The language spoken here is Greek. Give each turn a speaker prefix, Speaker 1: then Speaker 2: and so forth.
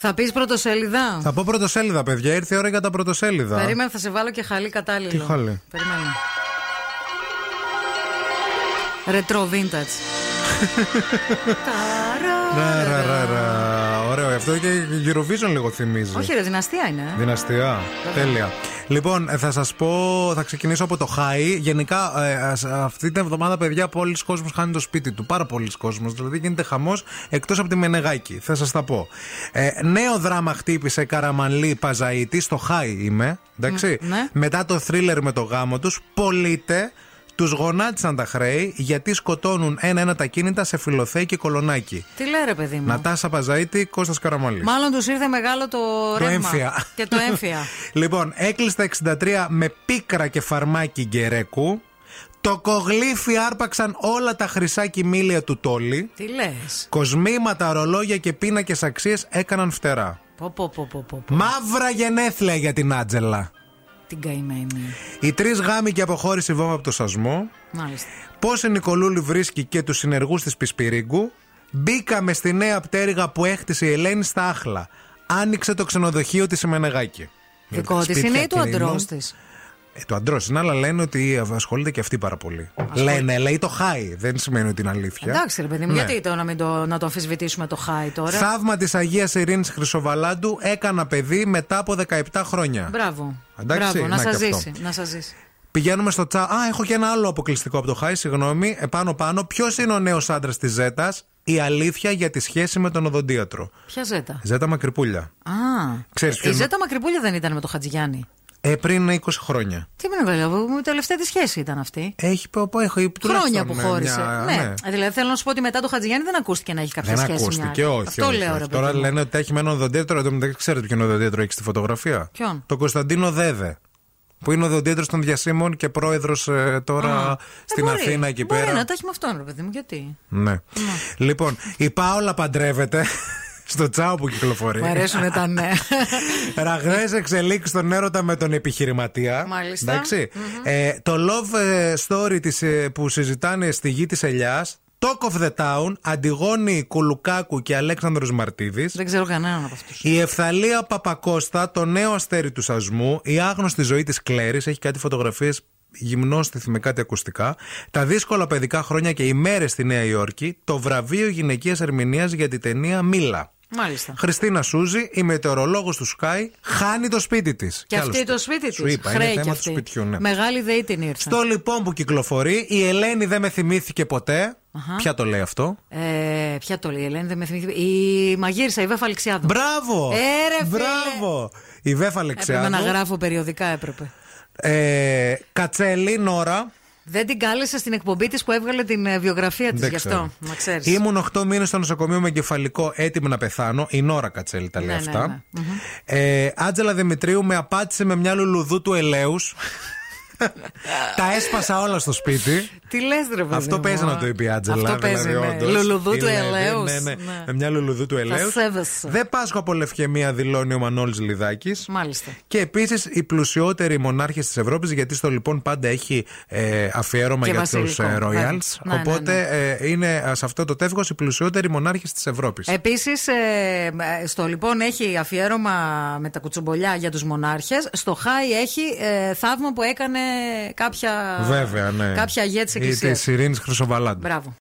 Speaker 1: Θα πεις πρωτοσέλιδα.
Speaker 2: Θα πω πρωτοσέλιδα, παιδιά. Ήρθε η ώρα για τα πρωτοσέλιδα.
Speaker 1: Περίμενα, θα σε βάλω και χαλί κατάλληλο.
Speaker 2: Τι χαλί?
Speaker 1: Περιμένω. Ρετρό vintage. Ταρα.
Speaker 2: Ραραραρα. Ωραίο. Αυτό και η Eurovision λίγο θυμίζει.
Speaker 1: Όχι, ρε, δυναστεία είναι.
Speaker 2: Ναι.
Speaker 1: ε.
Speaker 2: Δυναστεία. Τέλεια. Λοιπόν, ε, θα σας πω, θα ξεκινήσω από το high. Γενικά, ε, ας- αυτή την εβδομάδα, παιδιά, πολλοί κόσμοι χάνουν το σπίτι του. Πάρα πολλοί κόσμοι. Δηλαδή, γίνεται χαμός εκτός από τη Μενεγάκη. Θα σας τα πω. Ε, νέο δράμα χτύπησε Καραμανλή Παζαίτη. Στο high είμαι. Εντάξει.
Speaker 1: Μ, ναι.
Speaker 2: Μετά το θρίλερ με το γάμο τους, πολίτε. Τους γονάτισαν τα χρέη γιατί σκοτώνουν ένα-ένα τα κίνητα σε φιλοθέη και κολονάκι.
Speaker 1: Τι λέει, ρε, παιδί μου.
Speaker 2: Νατάσα Παζαίτη, Κώστας Καραμαλής.
Speaker 1: Μάλλον τους ήρθε μεγάλο το ρεύμα.
Speaker 2: έμφυα.
Speaker 1: Και το έμφυα.
Speaker 2: Λοιπόν, έκλειστα 63 με πίκρα και φαρμάκι γκερέκου. Το κογλίφι άρπαξαν όλα τα χρυσά κοιμήλια του τόλι.
Speaker 1: Τι λες.
Speaker 2: Κοσμήματα, ρολόγια και πίνακες αξίες έκαναν φτερά.
Speaker 1: Πω, πω, πω, πω, πω.
Speaker 2: Μαύρα γενέθλια για την Άτζελα.
Speaker 1: Την καημένη.
Speaker 2: Οι τρεις γάμοι και αποχώρηση βόμβα από το σασμό.
Speaker 1: Μάλιστα.
Speaker 2: Πώς η Νικολούλη βρίσκει και τους συνεργούς της Πισπυρίγκου. Μπήκαμε στη νέα πτέρυγα που έκτισε η Ελένη στα Άχλα. Άνοιξε το ξενοδοχείο της η Μενεγάκη.
Speaker 1: Δικό
Speaker 2: Σπίτια
Speaker 1: της είναι ή του
Speaker 2: κλείνουν.
Speaker 1: αντρό της.
Speaker 2: Ε, το αντρός είναι, αλλά λένε ότι ασχολείται και αυτή πάρα πολύ. Λένε, λέει το χάι. Δεν σημαίνει ότι είναι αλήθεια.
Speaker 1: Εντάξει, ρε παιδί μου,
Speaker 2: Ναι.
Speaker 1: γιατί το να, μην το, να το αμφισβητήσουμε το χάι τώρα.
Speaker 2: Θαύμα της Αγίας Ειρήνης Χρυσοβαλάντου έκανα παιδί μετά από 17 χρόνια.
Speaker 1: Μπράβο.
Speaker 2: Εντάξει,
Speaker 1: Μπράβο, να,
Speaker 2: να
Speaker 1: σα
Speaker 2: και αυτό.
Speaker 1: ζήσει. Να σας ζήσει.
Speaker 2: Πηγαίνουμε στο τσα. Α, έχω και ένα άλλο αποκλειστικό από το Χάι, συγγνώμη. Ε, Επάνω-πάνω. Ποιος είναι ο νέος άντρας της Ζέτας, η αλήθεια για τη σχέση με τον οδοντίατρο.
Speaker 1: Ποια ζέτα.
Speaker 2: Ζέτα Μακρυπούλια.
Speaker 1: Α,
Speaker 2: Ξέρεις
Speaker 1: η
Speaker 2: ποιος είναι.
Speaker 1: ζέτα μακρυπούλια δεν ήταν με το Χατζηγιάννη.
Speaker 2: Ε, πριν 20 χρόνια.
Speaker 1: Τι με νευαλεύω, η τελευταία τη σχέση ήταν αυτή.
Speaker 2: Έχει, πω, πω, έχω
Speaker 1: Χρόνια
Speaker 2: τουλάχιστον,
Speaker 1: που
Speaker 2: ε,
Speaker 1: χώρισε.
Speaker 2: μια-
Speaker 1: ναι. Δηλαδή θέλω να σου πω ότι μετά το Χατζηγιάννη δεν ακούστηκε να έχει κάποια
Speaker 2: Δεν
Speaker 1: σχέση. μια
Speaker 2: ακούστηκε,
Speaker 1: άλλη.
Speaker 2: όχι.
Speaker 1: Αυτό
Speaker 2: όχι,
Speaker 1: λέω
Speaker 2: όχι.
Speaker 1: ρε παιδί.
Speaker 2: Τώρα
Speaker 1: μου.
Speaker 2: λένε ότι έχει με έναν οδοντίατρο. Εν τω μεταξύ, ξέρετε ποιον οδοντίατρο έχει στη φωτογραφία.
Speaker 1: Ποιον?
Speaker 2: Τον Κωνσταντίνο Δέδε. Που είναι οδοντίατρος των διασύμων και πρόεδρος τώρα
Speaker 1: Α,
Speaker 2: στην
Speaker 1: ε, μπορεί.
Speaker 2: Αθήνα εκεί
Speaker 1: μπορεί
Speaker 2: πέρα.
Speaker 1: να τα έχει με αυτόν, ρε παιδί μου, γιατί.
Speaker 2: Ναι. Λοιπόν, η Πάολα παντρεύεται στο τσάο που κυκλοφορεί.
Speaker 1: Μου αρέσουν τα ναι.
Speaker 2: Ραγδαίες εξελίξεις στον έρωτα με τον επιχειρηματία.
Speaker 1: Μάλιστα.
Speaker 2: ενταξει Ε, το love ε, story της, ε, που συζητάνε στη γη της Ελιάς. Talk of the Town, Αντιγόνη Κουλουκάκου και Αλέξανδρος Μαρτίδης
Speaker 1: δεν ξέρω κανέναν από αυτούς.
Speaker 2: η Ευθαλία Παπακώστα, το νέο αστέρι του σασμού, η άγνωστη ζωή της Κλέρης, έχει κάτι φωτογραφίες γυμνώστηθη με κάτι ακουστικά, τα δύσκολα παιδικά χρόνια και οι μέρες στη Νέα Υόρκη, το βραβείο γυναικείας ερμηνείας για την ταινία Μίλα.
Speaker 1: Μάλιστα.
Speaker 2: Χριστίνα Σούζη, η μετεωρολόγος του Sky, χάνει το σπίτι της.
Speaker 1: Και αυτή το σπίτι
Speaker 2: Σου
Speaker 1: της.
Speaker 2: είπα, είναι θέμα του σπιτιού, ναι.
Speaker 1: Μεγάλη ιδέα την ήρθε.
Speaker 2: Στο λοιπόν που κυκλοφορεί, η Ελένη δεν με θυμήθηκε ποτέ.
Speaker 1: Αχα.
Speaker 2: Ποια το λέει αυτό.
Speaker 1: Ε, ποια το λέει, η Ελένη, δεν με θυμηθεί. Η μαγείρισα, η Βέφα Αλεξιάδου.
Speaker 2: Μπράβο!
Speaker 1: Ε, ρε, φίλε.
Speaker 2: Μπράβο! Η Βέφα
Speaker 1: Έπρεπε να
Speaker 2: Αλεξιάδου.
Speaker 1: γράφω περιοδικά, έπρεπε.
Speaker 2: Ε, Κατσέλη, Νόρα.
Speaker 1: Δεν την κάλεσα στην εκπομπή της που έβγαλε την ε, βιογραφία της,
Speaker 2: Δεν
Speaker 1: γι'
Speaker 2: ξέρω.
Speaker 1: αυτό. Να ξέρεις.
Speaker 2: Ήμουν 8 μήνες στο νοσοκομείο με εγκεφαλικό, έτοιμη να πεθάνω. Η Νόρα Κατσέλη τα λέει
Speaker 1: Ναι, ναι,
Speaker 2: αυτά.
Speaker 1: ναι.
Speaker 2: Ε, Άτζελα Δημητρίου με απάτησε με μια λουλουδού του ελέους. τα έσπασα όλα στο σπίτι.
Speaker 1: Τι λες, ρε παιδί
Speaker 2: Αυτό
Speaker 1: μου,
Speaker 2: παίζει
Speaker 1: α.
Speaker 2: να το είπε η Άτζελα.
Speaker 1: Αυτό παίζει.
Speaker 2: δηλαδή,
Speaker 1: ναι.
Speaker 2: όντως.
Speaker 1: Λουλουδού του
Speaker 2: Είναι,
Speaker 1: ελαίου.
Speaker 2: Ναι, ναι, με μια λουλουδού του ελαίου.
Speaker 1: σέβεσαι.
Speaker 2: Δεν πάσχω από λευκαιμία, δηλώνει ο Μανώλης Λιδάκης.
Speaker 1: Μάλιστα.
Speaker 2: Και επίσης οι πλουσιότεροι μονάρχε της Ευρώπης, γιατί στο λοιπόν πάντα έχει ε, αφιέρωμα
Speaker 1: Και
Speaker 2: για τους
Speaker 1: βασιλικό,
Speaker 2: Royals.
Speaker 1: ναι. Ναι, ναι,
Speaker 2: Οπότε ε, είναι σε αυτό το τεύχο οι πλουσιότεροι μονάρχε της Ευρώπης.
Speaker 1: Επίσης, στο λοιπόν έχει αφιέρωμα με τα κουτσομπολιά για τους μονάρχες. Στο Χάι έχει ε, θαύμα που έκανε κάποια,
Speaker 2: Βέβαια, ναι.
Speaker 1: κάποια αγία τη
Speaker 2: Τη
Speaker 1: Εκκλησία.
Speaker 2: Ειρήνη Χρυσοβαλάντου.
Speaker 1: Μπράβο.